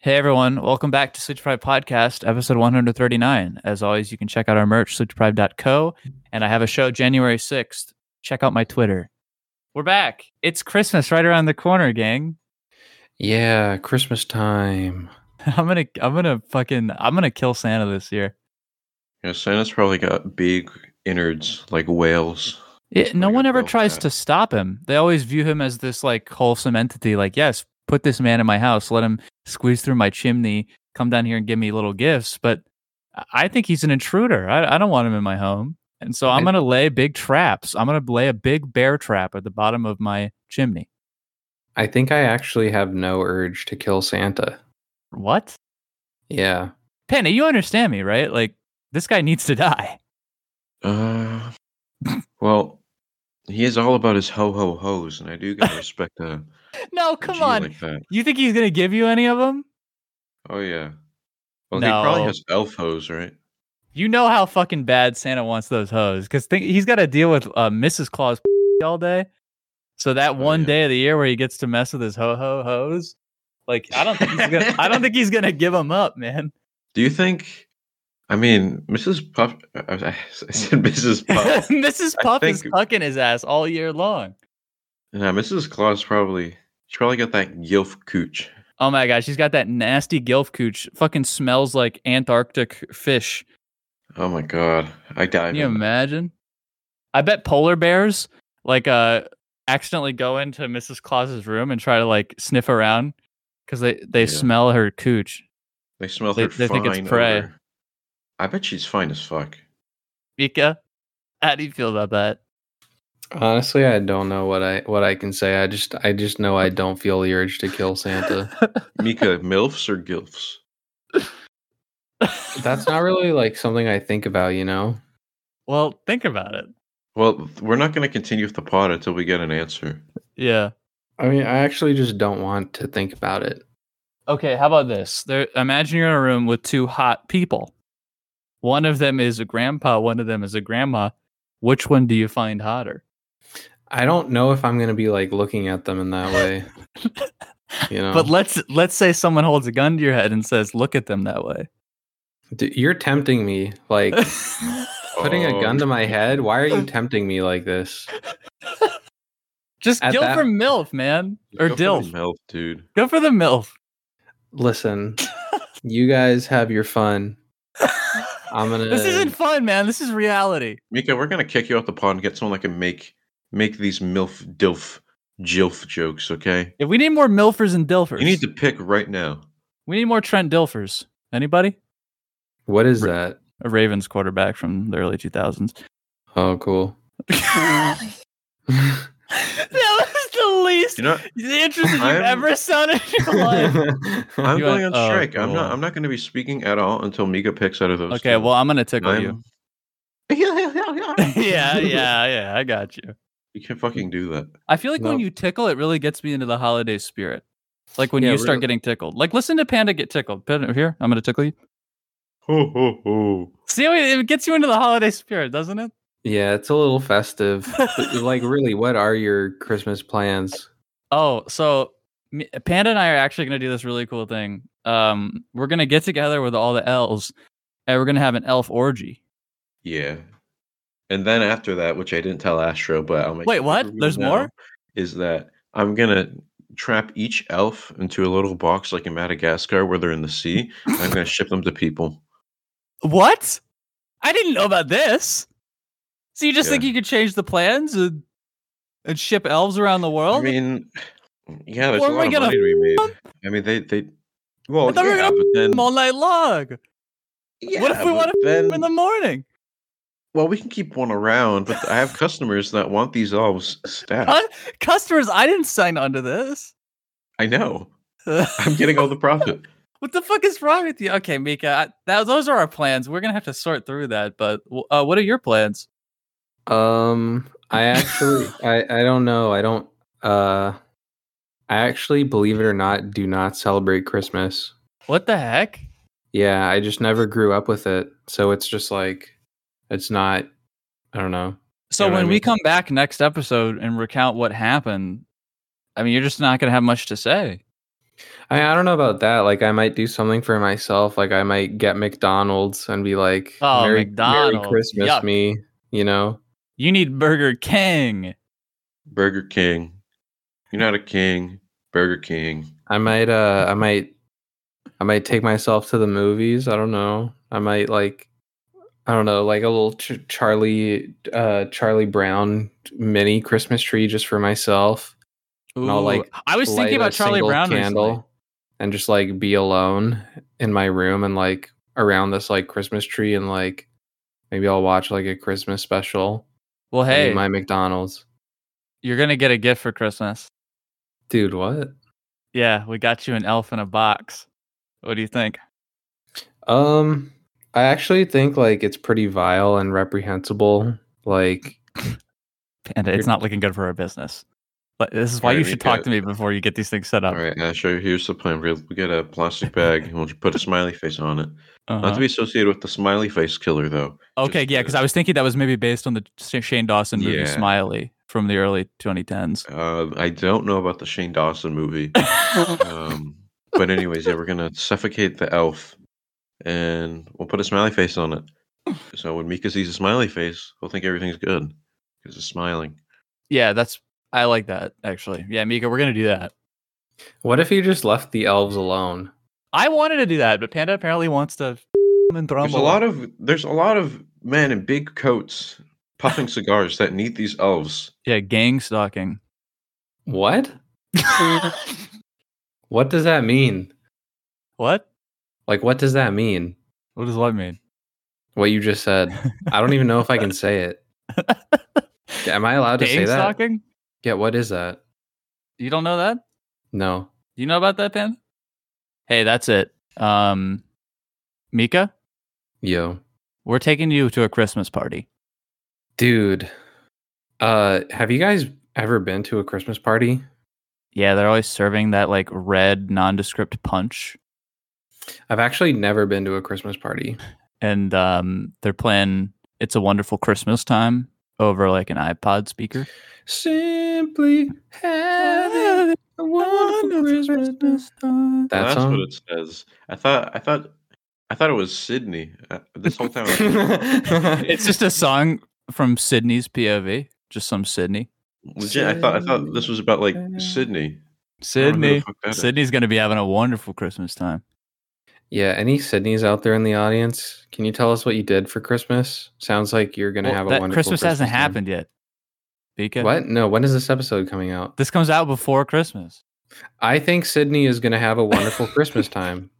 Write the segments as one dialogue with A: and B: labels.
A: Hey everyone, welcome back to Sleep Deprived Podcast, episode 139. As always, you can check out our merch, sleepdeprived.co, and I have a show January 6th. Check out my Twitter. We're back. It's Christmas right around the corner, gang.
B: Yeah, Christmas time.
A: I'm gonna I'm gonna fucking I'm gonna kill Santa this year.
C: Yeah, Santa's probably got big innards like whales.
A: It, no
C: Like a
A: one ever
C: real
A: tries
C: Santa.
A: to stop him. They always view him as this like wholesome entity, like, yes, put this man in my house, let him squeeze through my chimney, come down here and give me little gifts. But I- I think he's an intruder. I, I don't want him in my home. And so I'm
B: I-
A: going to lay big traps. I'm going to lay a big bear trap at the bottom of my chimney.
B: I think I actually have no urge to kill Santa.
A: What?
B: Yeah.
A: Penny, you understand me, right? Like, this guy needs to die.
C: Uh, well, he is all about his ho ho ho's, and I do gotta respect a
A: No,
C: a
A: come
C: G
A: on.
C: like that.
A: You think he's going to give you any of them?
C: Oh yeah. Well, he probably
A: No.
C: has elf hoes, right?
A: You know how fucking bad Santa wants those hoes because he's got to deal with uh, Mrs. Claus all day. So that
C: Oh,
A: one
C: yeah.
A: day of the year where he gets to mess with his ho ho hoes, like I don't think he's gonna, I don't think he's gonna give them up, man.
C: Do you think? I mean, Mrs. Puff. I, I I said Mrs. Puff.
A: Mrs.
C: I
A: Puff is
C: think-
A: fucking his ass all year long.
C: yeah, Mrs. Claus probably. She probably got that gilf cooch.
A: Oh my gosh, she's got that nasty gilf cooch. Fucking smells like Antarctic fish.
C: Oh my god, I died.
A: Can you imagine? I bet polar bears like uh accidentally go into Mrs. Claus's room and try to like sniff around because they they
C: Yeah.
A: smell her cooch.
C: They smell
A: They-
C: her
A: they
C: fine
A: think it's prey.
C: odor. I bet she's fine as fuck.
A: Mika, how do you feel about that?
B: Honestly, I don't know what I what I can say. I just I just know I don't feel the urge to kill Santa.
C: Mika, milfs or gilfs?
B: That's not really like something I think about, you know.
A: well, think about it.
C: Well, we're not going to continue with the pod until we get an answer.
A: Yeah.
B: I mean, I actually just don't want to think about it.
A: Okay, how about this? There imagine you're in a room with two hot people. One of them is a grandpa, one of them is a grandma. Which one do you find hotter?
B: I don't know if I'm going to be like looking at them in that way. You know.
A: But
C: Oh.
A: let's let's say someone holds a gun to your head and says, "Look at them that way."
B: D- you're tempting me like putting a
C: Oh.
B: gun to my head. Why are you tempting me like this?
A: Just
B: At
A: Gil
B: that-
A: for MILF, man. Or
C: Go for the
A: Dilf.
C: milf, dude.
A: Go for the MILF.
B: Listen, you guys have your fun. I'm gonna.
A: This isn't fun, man. This is reality.
C: Mika, we're going to kick you out the pod and get someone that can make make these milf, dilf, jilf jokes. Okay,
A: If we need more MILFers and Dilfers,
C: you need to pick right now.
A: we need more Trent Dilfers. Anybody?
B: What is that?
A: A Ravens quarterback from the early 2000s.
B: Oh, cool.
A: that was the least
C: You know,
A: the interested you've
C: I'm-
A: ever sounded in your life.
C: I'm
A: You
C: going
A: went,
C: on
A: "Oh,
C: strike. I'm
A: cool."
C: not. I'm not going to be speaking at all until Mika picks out of those.
A: Okay,
C: two.
A: well, I'm going to tickle
C: I'm-
A: you.
C: you
A: yeah, yeah, yeah. I got you.
C: can't fucking do that.
A: I feel like when
B: No.
A: you tickle, it really gets me into the holiday spirit. Like when
B: Yeah,
A: you start
B: really.
A: getting tickled. Like listen to Panda get tickled. Panda, here, I'm going to tickle you.
C: Ho ho ho!
A: See, how it it gets you into the holiday spirit, doesn't it?
B: yeah, it's a little festive. But, like, really, what are your Christmas plans?
A: Oh, so me- Panda and I are actually going to do this really cool thing. Um, we're going to get together with all the elves, and we're going to have an elf orgy.
C: Yeah. And then after that, which I didn't tell Astro, but I'll make
A: Wait, what?
C: everyone
A: There's
C: know,
A: more?
C: Is that I'm gonna trap each elf into a little box like in Madagascar where they're in the sea. and I'm gonna ship them to people.
A: What? I didn't know about this. So you just
C: Yeah.
A: think you could change the plans and, and ship elves around the
C: I
A: world?
C: mean, yeah, there's
A: Where
C: a
A: am
C: lot
A: I
C: of
A: gonna
C: money to be made. I mean, they they. Well,
A: thought we were
C: yeah,
A: gonna
C: but then
A: all night long what if
C: yeah,
A: we
C: but
A: wanna
C: then?
A: in the morning.
C: well, we can keep one around, but I have customers that want these elves stacked.
A: Huh? Customers, I didn't sign on to this.
C: I know. I'm
A: what
C: getting all the profit.
A: the fuck is wrong with you? Okay, Mika, I, that, those are our plans. We're gonna have to sort through that. But uh, what are your plans?
B: Um, I actually, I, I don't know. I don't. Uh, I actually, believe it or not, do not celebrate Christmas.
A: What the heck?
B: Yeah, I just never grew up with it, so it's just like, it's not. I don't know.
A: So
B: know what
A: when
B: I
A: we
B: mean?
A: come back next episode and recount what happened, I mean, you're just not going to have much to say.
B: I, I don't know about that. Like, I might do something for myself. Like, I might get McDonald's and be like,
A: Oh,
B: Merry, Merry
A: McDonald's.
B: Christmas,
A: Yuck.
B: me. You know?
A: You need Burger King.
C: Burger King. You're not a king. Burger King.
B: I might, uh, I might, I might take myself to the movies. I don't know. I might, like, I don't know, like a little ch- Charlie, uh, Charlie Brown mini Christmas tree just for myself. And I'll, like,
A: I was thinking
B: light
A: about
B: a
A: Charlie
B: single
A: Brown
B: candle
A: recently.
B: and just like be alone in my room and like around this like Christmas tree and like maybe I'll watch like a Christmas special.
A: Well,
B: and eat
A: hey,
B: my McDonald's,
A: you're gonna get a gift for Christmas.
B: dude. What?
A: Yeah, we got you an elf in a box. What do you think?
B: Um, I actually think like it's pretty vile and reprehensible. Like,
A: And it's not looking good for our business. But this is why
C: Alright,
A: you
C: we
A: should talk
C: got-
A: to me before you get these things set up.
C: All right, Asher, here's the plan. We'll we get a plastic bag and we'll just put a smiley face on it. Not
A: Uh-huh.
C: to be associated with the smiley face killer, though.
A: okay,
C: just
A: yeah,
C: to-
A: because I was thinking that was maybe based on the Sh- Shane Dawson movie
C: Yeah.
A: Smiley from the early 2010s.
C: Uh, I don't know about the Shane Dawson movie. Um, but, anyways, yeah, we're going to suffocate the elf and we'll put a smiley face on it. So when Mika sees a smiley face, he'll think everything's good because it's smiling.
A: yeah, that's I like that actually. Yeah, Mika, we're gonna do that.
B: what if you just left the elves alone?
A: I wanted to do that, but Panda apparently wants to f- and throw
C: There's a lot of there's a lot of men in big coats puffing cigars that need these elves.
A: yeah gang stalking.
B: What? What does that mean?
A: what?
B: Like, what does that mean?
A: What does what mean?
B: What you just said. I don't even know if I can say it. Am I allowed to say
A: gang
B: that?
A: stalking?
B: Yeah, what is that?
A: You don't know that?
B: No.
A: You know about that, Panda? Hey, that's it. Um, Mika,
B: Yo.
A: we're taking you to a Christmas party.
B: Dude. Uh have you guys ever been to a Christmas party?
A: Yeah, they're always serving that like red nondescript punch,
B: I've actually never been to a Christmas party.
A: and um, they're playing "It's a Wonderful Christmas Time" over like an iPod speaker.
B: Simply having a wonderful Christmas.
A: time.
B: That
C: That's
B: song?
C: what it says. I thought I thought I thought it was Sydney. Uh, this whole time. I was-
A: It's just a song from Sydney's POV, just some Sydney.
C: Legit, I thought I thought this was about like Sydney. I don't know who the
A: Sydney.
C: fuck that is.
A: Sydney's gonna be having a wonderful Christmas time.
B: Yeah, any Sydney's out there in the audience? Can you tell us what you did for Christmas? Sounds like you're gonna
A: Well,
B: have a
A: that
B: wonderful
A: Christmas hasn't
B: time.
A: happened yet. Mika,
B: What? No, when is this episode coming out?
A: This comes out before Christmas.
B: I think Sydney is gonna have a wonderful Christmas time.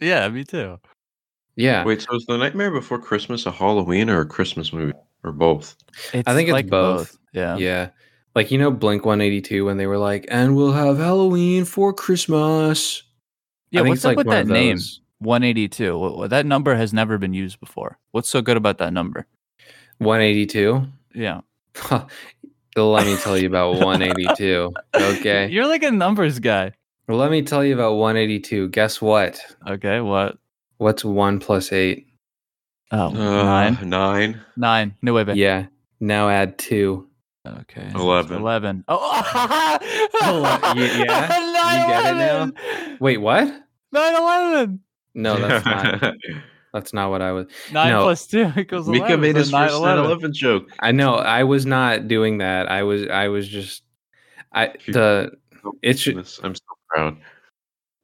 A: Yeah, me too.
B: Yeah.
C: Wait, so is the Nightmare Before Christmas a Halloween or a Christmas movie or both?
A: It's
B: think it's
A: like
B: both.
A: Yeah.
B: Yeah. Like you know Blink 182 when they were like, and we'll have Halloween for Christmas.
A: Yeah.
B: I think
A: what's
B: it's
A: up
B: like
A: with
B: one
A: that
B: of
A: name?
B: those.
A: 182. Wha- wha- That number has never been used before. What's so good about that number?
B: 182?
A: Yeah.
B: Let me tell you about 182. Okay.
A: You're like a numbers guy.
B: Well, Let me tell you about 182. Guess what?
A: Okay. What?
B: What's 1 plus 8?
A: Oh,
C: Uh,
A: nine.
C: nine.
A: Nine. No way back.
B: Yeah. Now add 2.
A: Okay.
C: Eleven.
A: Eleven. Oh.
B: Ele- y- yeah? You get it now? Wait, what?
A: Nine eleven.
B: No, that's not that's not what I was.
A: Nine
B: No.
A: plus two equals eleven.
C: Mika made
A: so
C: his first
A: 9/11.
C: 9/11 joke.
B: I know I was not doing that. I was I was just I
C: Shoot.
B: the it should
C: Goodness, I'm so proud.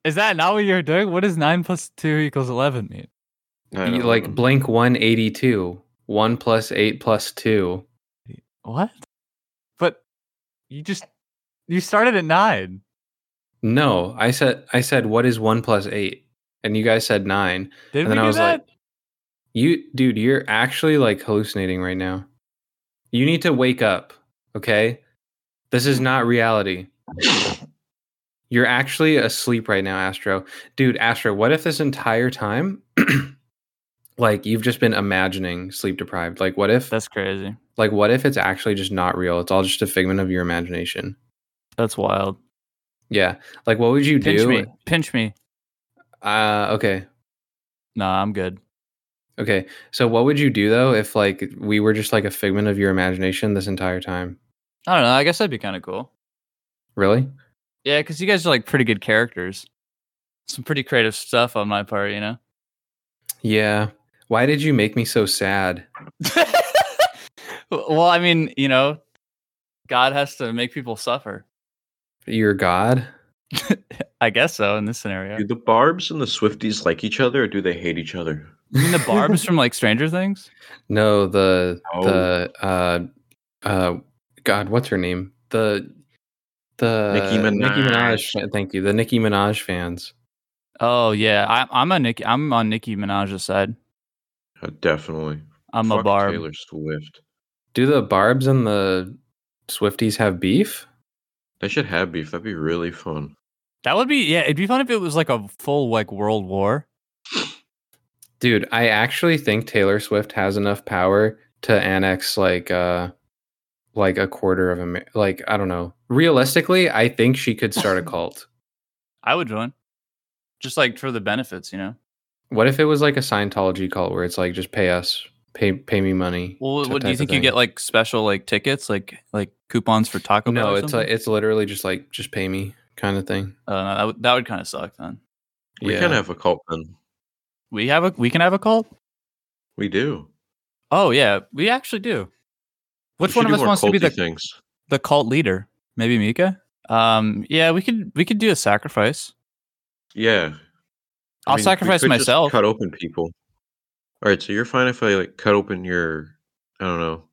A: Is that not what you're doing? What does nine plus two equals eleven mean?
C: I
B: You
C: don't
B: like
C: know.
B: blink 182 1 plus 8 plus 2
A: What? But you just you started at nine.
B: no i said i said what is 1 plus 8 and you guys said 9
A: Did
B: and
A: we
B: then
A: do
B: i was
A: that?
B: like you dude you're actually like hallucinating right now you need to wake up okay this is not reality you're actually asleep right now astro dude astro what if this entire time like you've just been imagining sleep deprived like what if
A: That's crazy.
B: Like, what if it's actually just not real? It's all just a figment of your imagination.
A: That's wild.
B: Yeah. Like, what would you
A: Pinch
B: do?
A: me. Pinch me.
B: Uh, okay.
A: Nah, I'm good.
B: Okay. So, what would you do though if like we were just like a figment of your imagination this entire time?
A: I don't know. I guess that'd be kind of cool.
B: Really?
A: Yeah, because you guys are like pretty good characters. some pretty creative stuff on my part, you know.
B: Yeah. Why did you make me so sad?
A: well, I mean, you know, God has to make people suffer.
B: You're God?
A: I guess so in this scenario.
C: Do the Barbs and the Swifties like each other, or do they hate each other?
A: You mean the Barb's from like Stranger Things?
B: No, the
C: No.
B: the uh uh God, what's her name? The the
C: Nicki Minaj.
B: Minaj. Thank you. The Nicki Minaj fans.
A: Oh yeah, I, I'm a Nicki. I'm on Nicki Minaj's side.
C: Uh, definitely.
A: I'm a
C: Fuck
A: Barb.
C: Taylor Swift.
B: Do the Barb's and the Swifties have beef?
C: They should have beef. That'd be really fun.
A: That would be yeah. It'd be fun if it was like a full like world war.
B: Dude, I actually think Taylor Swift has enough power to annex like uh like a quarter of Amer- like I don't know. Realistically, I think she could start a cult.
A: I would join, just like for the benefits, you know.
B: What if it was like a Scientology cult where it's like just pay us, pay pay me money?
A: Well,
B: t-
A: what do
B: type
A: you
B: of
A: think you
B: thing?
A: get like special like tickets, like like coupons for Taco Bell?
B: No,
A: or
B: it's uh, like
A: something?
B: it's literally just like just pay me kind of thing.
A: uh, no, that would that would kind of suck. Then
C: We can have a cult then.
A: we have a we can have a cult.
C: We do.
A: Oh yeah, we actually do. Which
C: We should
A: one of
C: do
A: us
C: more
A: wants to be
C: culty
A: the
C: things?
A: the cult leader? Maybe Mika. Um, yeah, we could we could do a sacrifice.
C: Yeah.
A: I'll sacrifice
C: could just
A: myself.
C: Cut open people. All right, so you're fine if I like cut open your, I don't know,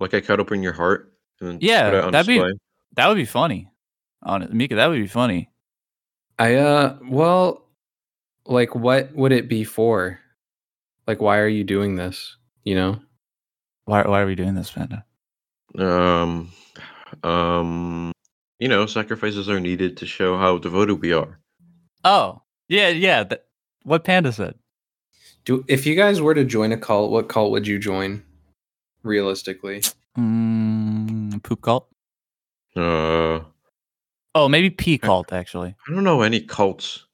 C: like I cut open your heart and then
A: Yeah,
C: put it on
A: that'd be-
C: display.
A: That would be funny. On Mika, that would be funny.
B: I uh well, like what would it be for? Like why are you doing this? You know?
A: Why why are we doing this, Panda?
C: Um, um, you know, sacrifices are needed to show how devoted we are.
A: Oh yeah yeah. That, what Panda said.
B: Do if you guys were to join a cult, what cult would you join? Realistically.
A: Mm, poop cult.
C: Uh,
A: Oh, maybe pee cult actually.
C: I don't know any cults.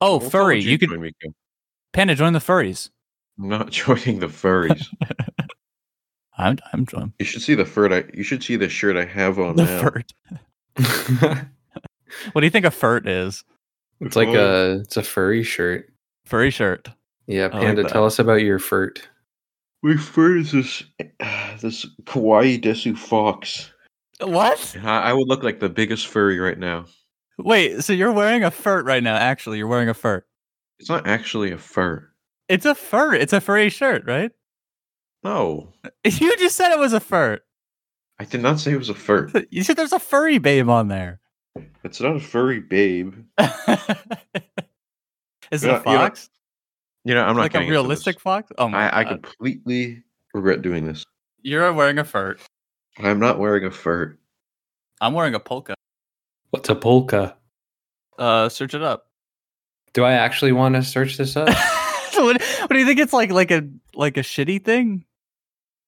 A: Oh,
C: What cult
A: furry.
C: would
A: You could
C: join, Mika?
A: Panda join the furries.
C: I'm not joining the furries.
A: I'm I'm joining
C: you should see the fur. I, you should see the shirt I have on
A: the
C: now.
A: furt. What do you think a furt is?
B: it's like a it's a furry shirt.
A: Furry shirt.
B: Yeah,
A: I like
B: Panda,
A: that.
B: tell us about your furt.
C: We fur is this this kawaii desu fox.
A: What?
C: And I, I would look like the biggest furry right now.
A: Wait, so you're wearing a furt right now? Actually, you're wearing a furt.
C: It's not actually a fur.
A: It's a fur. It's a furry shirt, right?
C: No,
A: You just said it was a fur.
C: I did not say it was a fur.
A: You said there's a furry babe on there.
C: It's not a furry babe.
A: Is it a
C: You know- you know,
A: fox?
C: You know, I'm not
A: like a
C: getting into
A: realistic
C: this.
A: fox? Oh my!
C: I, I
A: God.
C: completely regret doing this.
A: You're wearing a fur.
C: I'm not wearing a fur.
A: I'm wearing a polka.
B: What's a polka?
A: Uh, search it up.
B: Do I actually want to search this up?
A: so what, what do you think it's like? Like a like a shitty thing?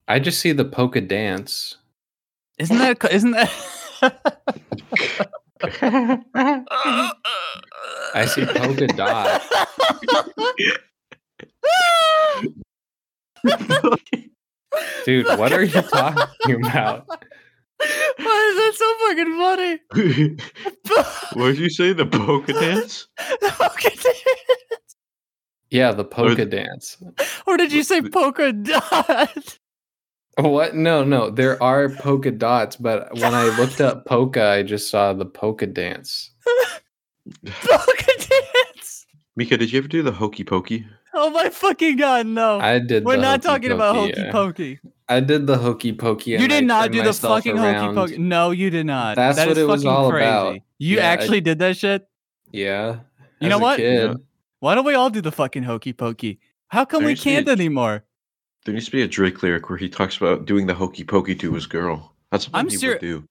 B: I just see the polka dance.
A: Isn't that? co- Isn't that?
C: Uh,
B: I see polka dot. Dude, what are you talking about?
A: Why is that so fucking funny?
C: What'd you say? The polka
A: dance? Polka
B: Yeah, the polka
C: th-
B: dance.
A: dot. or did you say polka dot?
B: What? No, no. There are polka dots, but when I looked up polka, I just saw the polka dance.
A: Polka dance?
C: Mika, did you ever do the hokey pokey?
A: Oh my fucking god, no.
B: I did.
A: We're
B: the
A: not
B: hokey
A: talking about
B: pokey,
A: hokey
B: yeah.
A: pokey.
B: I did the hokey pokey.
A: you
B: and I
A: did not
B: turned
A: do the
B: myself
A: fucking
B: around.
A: hokey pokey. No, you did not.
B: That's
A: That
B: what
A: is
B: it was
A: fucking
B: all
A: crazy.
B: about.
A: You
B: Yeah, I-
A: actually did that shit?
B: Yeah.
A: You
B: as
A: know
B: a
A: what?
B: kid.
C: Yeah.
A: Why don't we all do the fucking hokey pokey? How come
C: There
A: we
C: used to be
A: can't
C: a-
A: anymore?
C: There needs to be a Drake lyric where he talks about doing the hokey pokey to his girl. That's what
A: I'm
C: he
A: seri-
C: would do.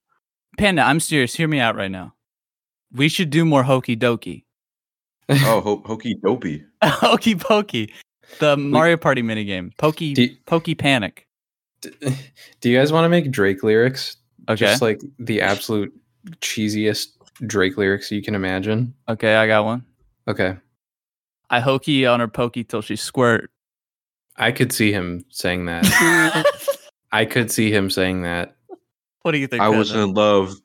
A: Panda, I'm serious. Hear me out right now. We should do more hokey dokey.
C: Oh, ho- hokey dopey.
A: hokey pokey. The Mario Party minigame. Pokey
B: Do-
A: Pokey Panic.
B: Do you guys want to make Drake lyrics?
A: Okay.
B: Just like the absolute cheesiest Drake lyrics you can imagine.
A: okay, I got one.
B: Okay.
A: I hokey on her pokey till she squirt.
B: I could see him saying that. I could see him saying that.
A: what do you think?
C: I was
A: Panda?
C: in love.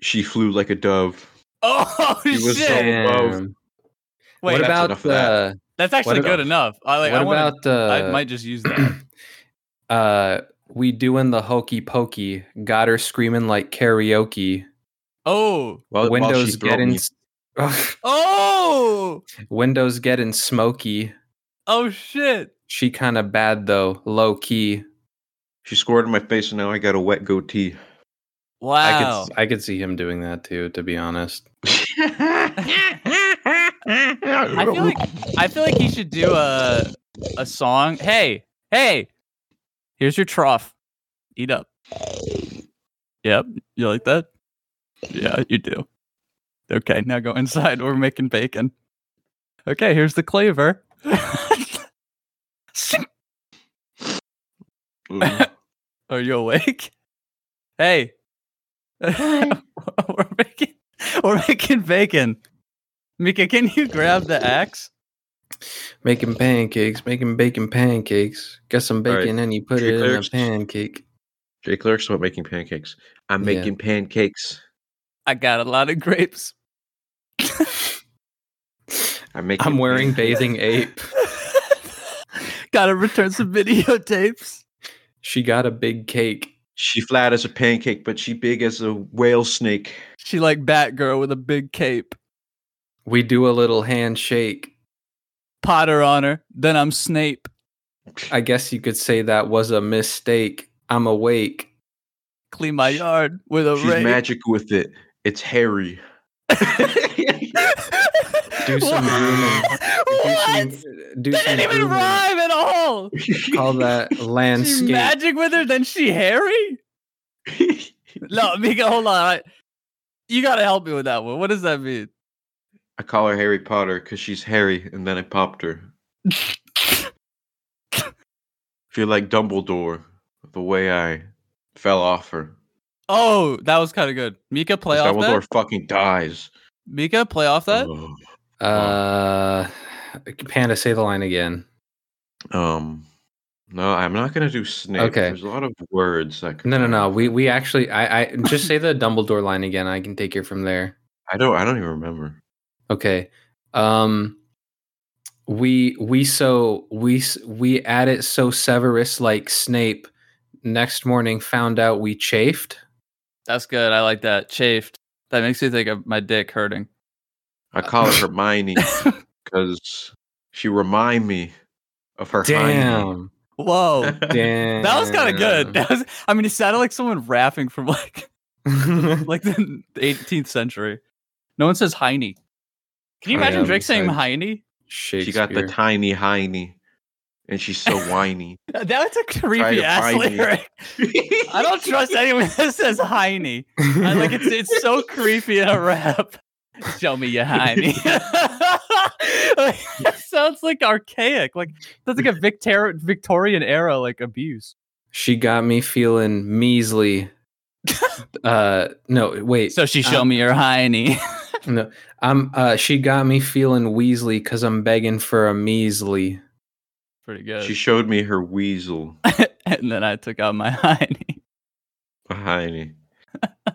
C: She flew like a dove.
A: Oh
C: He was
A: shit!
C: so-
B: Damn.
A: Wait,
B: what
A: that's,
B: about
C: enough of that.
B: uh,
A: actually
B: what
A: good enough. I like.
B: what
A: I wanna,
B: about uh,
A: I might just use that.
B: uh, we doing the hokey pokey? Got her screaming like karaoke.
A: Oh,
C: While, while
B: Windows
C: she throw me-
B: getting
A: oh,
B: Windows getting smoky.
A: oh, shit!
B: She kind of bad though, low key.
C: she scored in my face, and now I got a wet goatee.
A: Wow.
B: I could I could see him doing that too. To be honest,
A: I feel like I feel like he should do a a song. Hey, hey, here's your trough. Eat up. Yep, you like that? Yeah, you do. Okay, now go inside. We're making bacon. Okay, here's the cleaver.
C: Ooh.
A: Are you awake? Hey, we're making we're making bacon. Mika, can you grab the axe?
B: making pancakes, making bacon pancakes. Got some
C: All right.
B: bacon and you put
C: Three
B: it in a
C: clerks.
B: pancake.
C: Jay Clark's about making pancakes. I'm
B: Yeah.
C: making pancakes.
A: I got a lot of grapes.
C: I'm making.
B: I'm wearing
C: pancakes.
B: bathing ape.
A: Gotta return some videotapes.
B: She got a big cake.
C: She flat as a pancake, but she big as a whale snake.
A: She like Batgirl with a big cape.
B: We do a little handshake.
A: Potter on her. Then I'm Snape.
B: I guess you could say that was a mistake. I'm awake.
A: Clean my yard with a
C: She's
A: rake.
C: magic with it. It's hairy.
B: Do some grooming.
A: What?
B: Do some, uh, do
A: That
B: some
A: didn't even
B: grooming.
A: rhyme at all.
B: Call that
A: She
B: landscape.
A: magic with her, then she hairy. No, Mika, hold on. I, you gotta help me with that one. What does that mean?
C: I call her Harry Potter because she's hairy, and then I popped her. Feel like Dumbledore, the way I fell off her.
A: Oh, that was kind of good. Mika, play off
C: Dumbledore
A: that.
C: fucking dies.
A: Mika, play off that.
C: Ugh.
B: Uh, Panda, say the line again.
C: Um, no, I'm not gonna do Snape.
B: Okay.
C: There's a lot of words that. could
B: No, no,
C: come
B: no.
C: off.
B: We we actually, I, I just say the Dumbledore line again. I can take it from there.
C: I don't. I don't even remember.
B: Okay. Um, we we so we s- we at it so Severus like Snape. Next morning, found out we chafed.
A: That's good. I like that. Chafed. That makes me think of my dick hurting.
C: I
B: Uh,
C: call her Hermione because she remind me of her. Hermione.
B: Damn,
A: Whoa.
B: damn.
A: That was kind of good. That was, I mean, it sounded like someone rapping from like
B: good.
A: like the 18th century. No one says Heine. Can you
C: I
A: imagine
C: am
A: Drake saying
B: excited.
A: Heine?
B: Shakespeare.
C: She got the tiny hiney, and she's so whiny.
A: That was a creepy
C: to
A: ass
C: find me.
A: lyric. I don't trust anyone that says Heine. I, like it's it's so creepy in a rap. Show me your Heine. like, it sounds like archaic. Like that's like a Victor- Victorian era like abuse.
B: She got me feeling measly. uh no wait
A: So she show
B: Um,
A: me your Heine.
B: no i'm uh she got me feeling weasley because i'm begging for a measly
A: Pretty good.
C: she showed me her weasel,
A: and then I took out my hiney.
C: a hiney.
B: uh-oh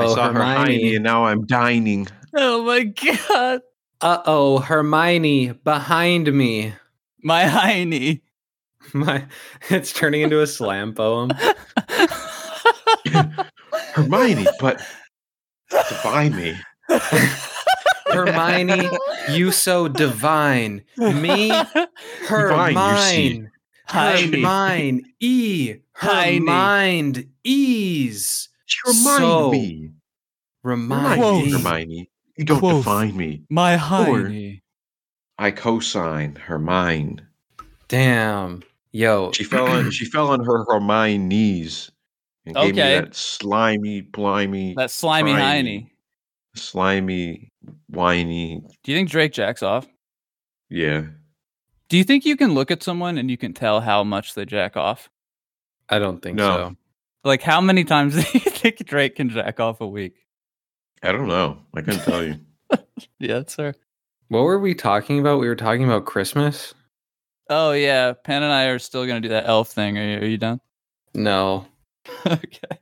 C: I saw her hiney,
B: Oh, hermione
C: and now I'm dining.
A: Oh my god,
B: uh-oh hermione behind me
A: my hiney.
B: my it's turning into a slam poem
C: Hermione, but divine me.
B: hermione you so divine me her
C: Divine, you see.
B: mine her
A: hiney.
B: mind e her
A: Hiney.
B: mind ease
C: She remind
B: So-
C: me.
B: remind
C: Remind
A: Quoth.
C: me,
B: me
C: Hermione. You don't
A: Quoth.
C: define me.
A: my
C: Or-
A: hiney.
C: I cosign Hermione.
B: Damn. Yo.
C: She fell on she fell on her Hermione knees and gave
A: Okay.
C: me that slimy, blimey,
A: That slimy
C: Hiney.
A: hiney.
C: slimy, whiny.
A: Do you think Drake jacks off?
C: Yeah.
A: Do you think you can look at someone and you can tell how much they jack off?
B: I don't think
C: No.
A: Like how many times do you think Drake can jack off a week?
C: I don't know. I couldn't tell you.
A: Yeah, sir.
B: What were we talking about? We were talking about Christmas?
A: Oh yeah, Pan and I are still gonna do that elf thing. Are you, are you done?
B: No.
A: okay.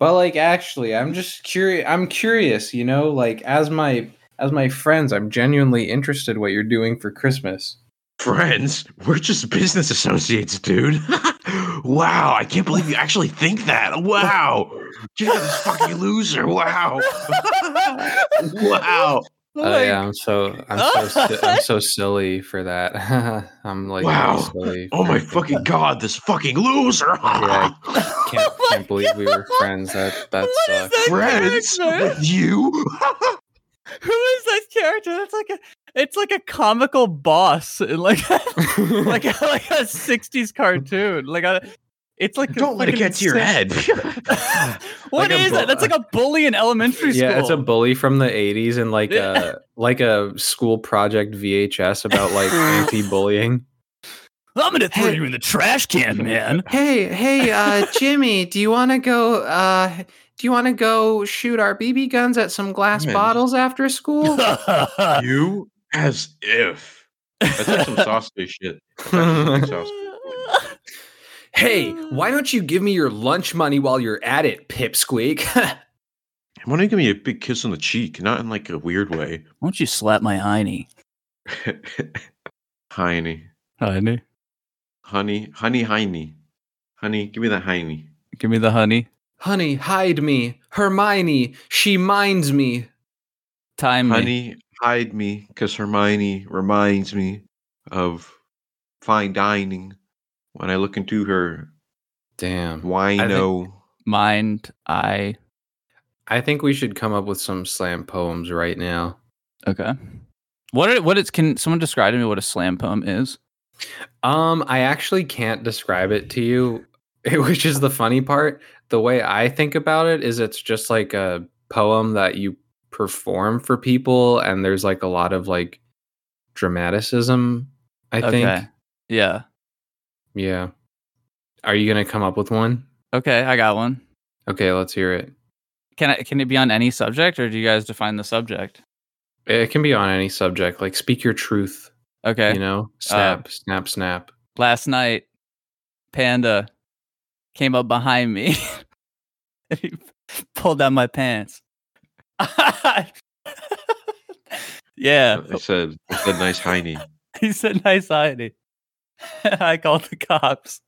B: But like actually, I'm just curious I'm curious, you know, like as my As my friends, I'm genuinely interested what you're doing for Christmas.
C: Friends, we're just business associates, dude. wow, I can't believe you actually think that. Wow, you're this fucking loser. Wow, wow,
B: Oh yeah, I'm so I'm so si- I'm so silly for that. I'm like
C: Wow.
B: so silly
C: oh
B: for-
C: my fucking god, this fucking loser.
B: Yeah, I can't,
A: Oh
B: can't believe we were friends. That that
A: What is
B: sucks.
A: that
C: Friends
A: Character.
C: with you?
A: Who is that character? That's like a it's like a comical boss in like like a, like a '60s cartoon. Like a it's like a
C: Don't let it
A: fucking
C: get to your
A: sick-
C: head.
A: What
B: Like a
A: is
B: bu-
A: that? That's like a bully in elementary school.
B: Yeah, it's a bully from the 80s and like
A: Yeah.
B: a like a school project VHS about like anti-bullying.
A: I'm gonna throw
B: Hey.
A: you in the trash can, man.
B: Hey, hey, uh Jimmy, do you want to go uh do you want to go shoot our BB guns at some glass
C: Man. bottles
B: after school?
A: That's
C: you as if. That's like some sausage shit. That's some sausage.
B: Hey, why don't you give me your lunch money while you're at it, pipsqueak?
C: Why don't you give me a big kiss on the cheek? Not in like a weird way.
A: Why don't you slap my hiney?
C: Hiney.
A: Hiney.
C: Honey. Honey hiney. Honey, give me the hiney.
A: Give me the honey.
B: Honey, hide me. Hermione, she minds me.
A: Time me.
C: Honey, hide me, because Hermione reminds me of fine dining when I look into her
B: Damn.
C: wino.
A: mind, eye.
B: I think we should come up with some slam poems right now.
A: Okay. What are, what is can someone describe to me what a slam poem is?
B: Um, I actually can't describe it to you, which is the funny part. The way I think about it is it's just like a poem that you perform for people, and there's like a lot of like dramaticism, I think.
A: Yeah.
B: Yeah. Are you going to come up with one?
A: Okay, I got one.
B: Okay, let's hear it.
A: Can I can it be on any subject or do you guys define the subject?
B: It can be on any subject, like speak your truth,
A: Okay.
B: you know? Snap, snap, snap.
A: Last night Panda came up behind me and he pulled down my pants. yeah.
C: I uh, said, I said nice hiney.
A: He said nice hiding. I called the cops.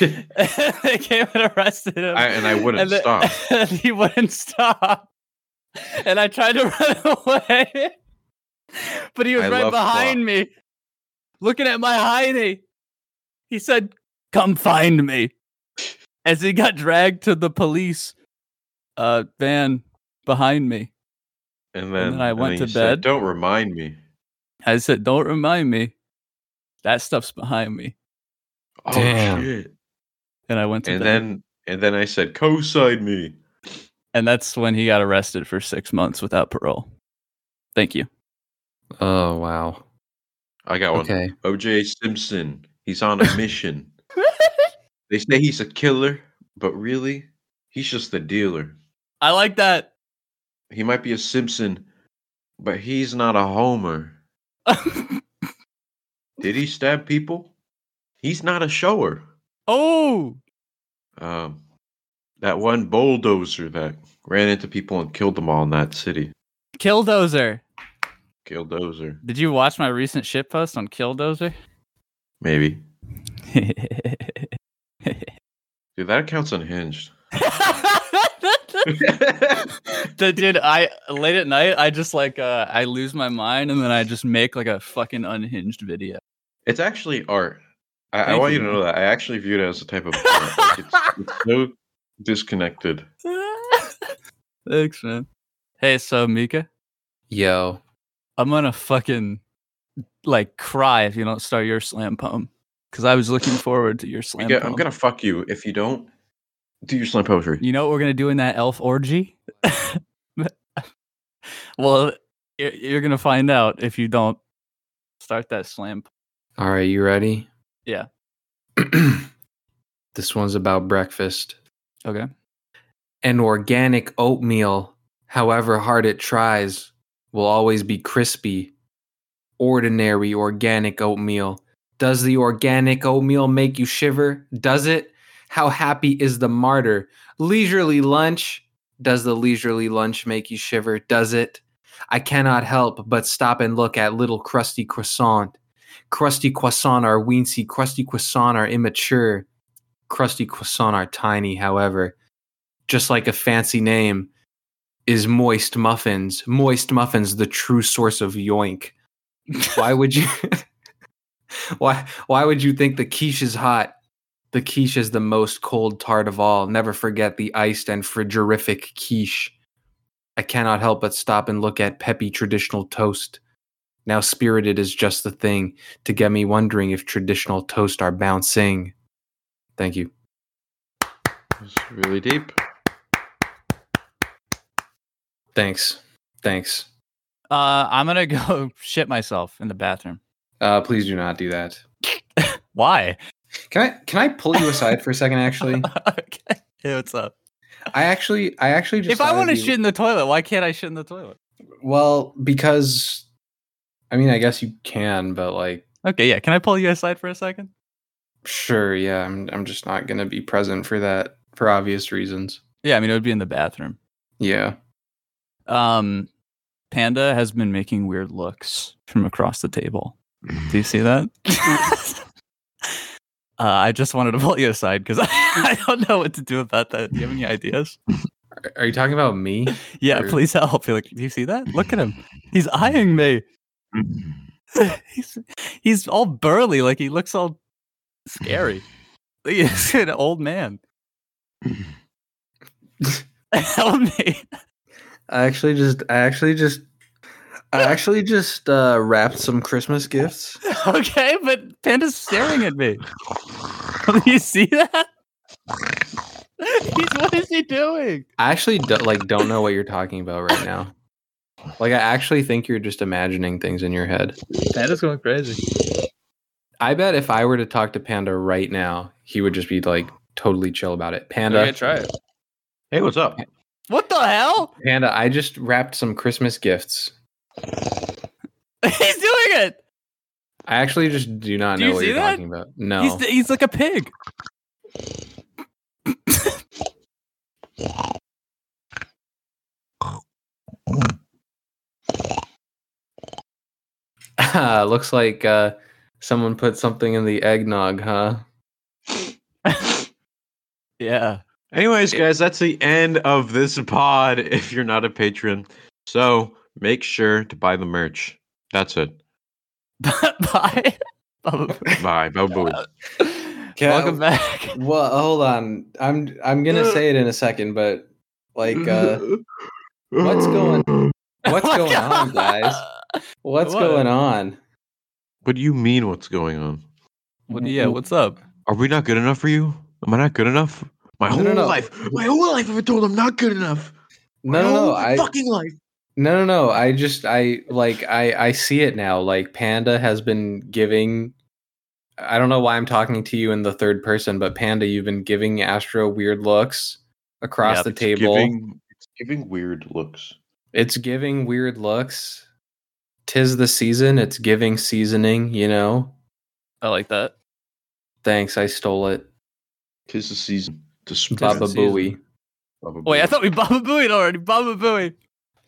A: they came and arrested him.
C: I- and I wouldn't
A: the-
C: stop.
A: and he wouldn't stop. And I tried to run away. But he was
C: I
A: right
C: love
A: behind
C: Claw.
A: me, looking at my hiney. He said, Come find me. As he got dragged to the police uh, van behind me.
C: And
A: then
C: then,
A: I
C: and
A: went
C: then
A: to
C: you said,
A: bed.
C: Don't remind me.
A: I said, Don't remind me. That stuff's behind me.
C: Oh
B: Damn.
C: shit.
A: And I went to
C: And
A: bed.
C: then and then I said, co-sign me.
A: and that's when he got arrested for six months without parole. Thank you.
B: Oh, wow.
C: I got one.
B: Okay.
C: OJ Simpson. He's on a mission. they say he's a killer, but really, he's just a dealer.
A: I like that.
C: He might be a Simpson, but he's not a homer. Did he stab people? He's not a shower.
A: oh,
C: Um, that one bulldozer that ran into people and killed them all in that city.
A: Killdozer.
C: Killdozer,
A: Did you watch my recent shit post on Killdozer?
C: maybe. Dude, that account's unhinged.
A: Dude, dude, I late at night, I just like uh, I lose my mind and then I just make like a fucking unhinged video.
C: It's actually art. I, I
A: Thank
C: want
A: you,
C: you to know that. I actually view it as a type of art. Like, it's, it's so disconnected.
A: Thanks, man. Hey, so Mika,
B: Yo.
A: I'm gonna fucking like cry if you don't start your slam poem because I was looking forward to your slam.
C: Mika, I'm
A: poem.
C: gonna fuck you if you don't do your slam poetry.
A: You know what we're gonna do in that elf orgy? well, you're, you're gonna find out if you don't start that slam.
B: All right, you ready?
A: Yeah.
B: this one's about breakfast.
A: Okay.
B: An organic oatmeal, however hard it tries, will always be crispy. Ordinary organic oatmeal. Does the organic oatmeal make you shiver? Does it? How happy is the martyr? Leisurely lunch. Does the leisurely lunch make you shiver? Does it? I cannot help but stop and look at little crusty croissant. Crusty croissant are weensy, crusty croissant are immature, crusty croissant are tiny, however. Just like a fancy name is moist muffins. Moist muffins, the true source of yoink. Why would you why why would you think the quiche is hot? The quiche is the most cold tart of all. Never forget the iced and frigorific quiche. I cannot help but stop and look at peppy traditional toast. Now spirited is just the thing to get me wondering if traditional toast are bouncing. Thank you.
C: It's really deep.
B: Thanks. Thanks.
A: Uh, I'm gonna go shit myself in the bathroom.
B: Uh, please do not do that.
A: Why?
B: Can I can I pull you aside for a second actually?
A: okay. Hey, what's up?
B: I actually I actually just
A: if I
B: thought
A: want to
B: it'd be-
A: shit in the toilet, why can't I shit in the toilet?
B: Well, because I mean, I guess you can, but like,
A: Okay, yeah. Can I pull you aside for a second?
B: sure, yeah, I'm I'm just not gonna be present for that for obvious reasons.
A: Yeah, I mean it would be in the bathroom.
B: Yeah.
A: Um, Panda has been making weird looks from across the table. Do you see that? uh, I just wanted to pull you aside because I, I don't know what to do about that. Do you have any ideas?
B: Are- Are you talking about me?
A: Yeah,
B: Sure.
A: please help. You're like, do you see that? Look at him. He's eyeing me. he's, he's all burly, like he looks all scary. he's an old man. help me.
B: I actually just I actually just I actually just uh wrapped some Christmas gifts.
A: Okay, but Panda's staring at me. Do you see that? He's, what is he doing?
B: I actually do, like don't know what you're talking about right now. Like I actually think you're just imagining things in your head.
A: Panda's going crazy.
B: I bet if I were to talk to Panda right now, he would just be like totally chill about it. Panda,
C: try it. Hey, what's up?
A: What the hell?
B: Panda, I just wrapped some Christmas gifts.
A: He's doing it.
B: I actually just do not
A: Do
B: know
A: you
B: what
A: see
B: you're
A: that?
B: talking about. No.
A: He's he's like a pig.
B: Ah, looks like uh, someone put something in the eggnog, huh?
A: Yeah.
C: Anyways, guys, that's the end of this pod. If you're not a patron, so make sure to buy the merch. That's it.
A: Bye.
C: Bye. Bye. Boo.
A: Welcome back.
B: Well, uh, hold on. I'm I'm
C: gonna
A: Uh.
C: say
B: it in a second, but
C: what's
B: uh, going- what's
A: Oh my
B: going on,
A: God.
B: what's
A: What? going
B: on?
C: What do you mean? What's going on?
A: What, yeah, what's up?
C: Are we not good enough for you? Am I not good enough? My
B: No,
C: whole
B: no, no.
C: life, my whole life, I've been told I'm not good enough.
B: No,
C: My
B: no, no.
C: whole
B: I
C: fucking life.
B: no, no, no. I just I like I I see it now. Like Panda has been giving. I don't know why I'm talking to you in the third person, but Panda, you've been giving Astro weird looks across
A: Yep,
B: the
C: It's
B: table.
C: giving- it's giving weird looks.
B: It's giving weird looks. Tis the season. It's giving seasoning, you know?
A: I like that.
B: Thanks, I stole it.
C: Tis the season. To
A: the
B: Baba
A: season.
B: Booey.
A: Wait, I thought we Baba Booey already. Baba Booey.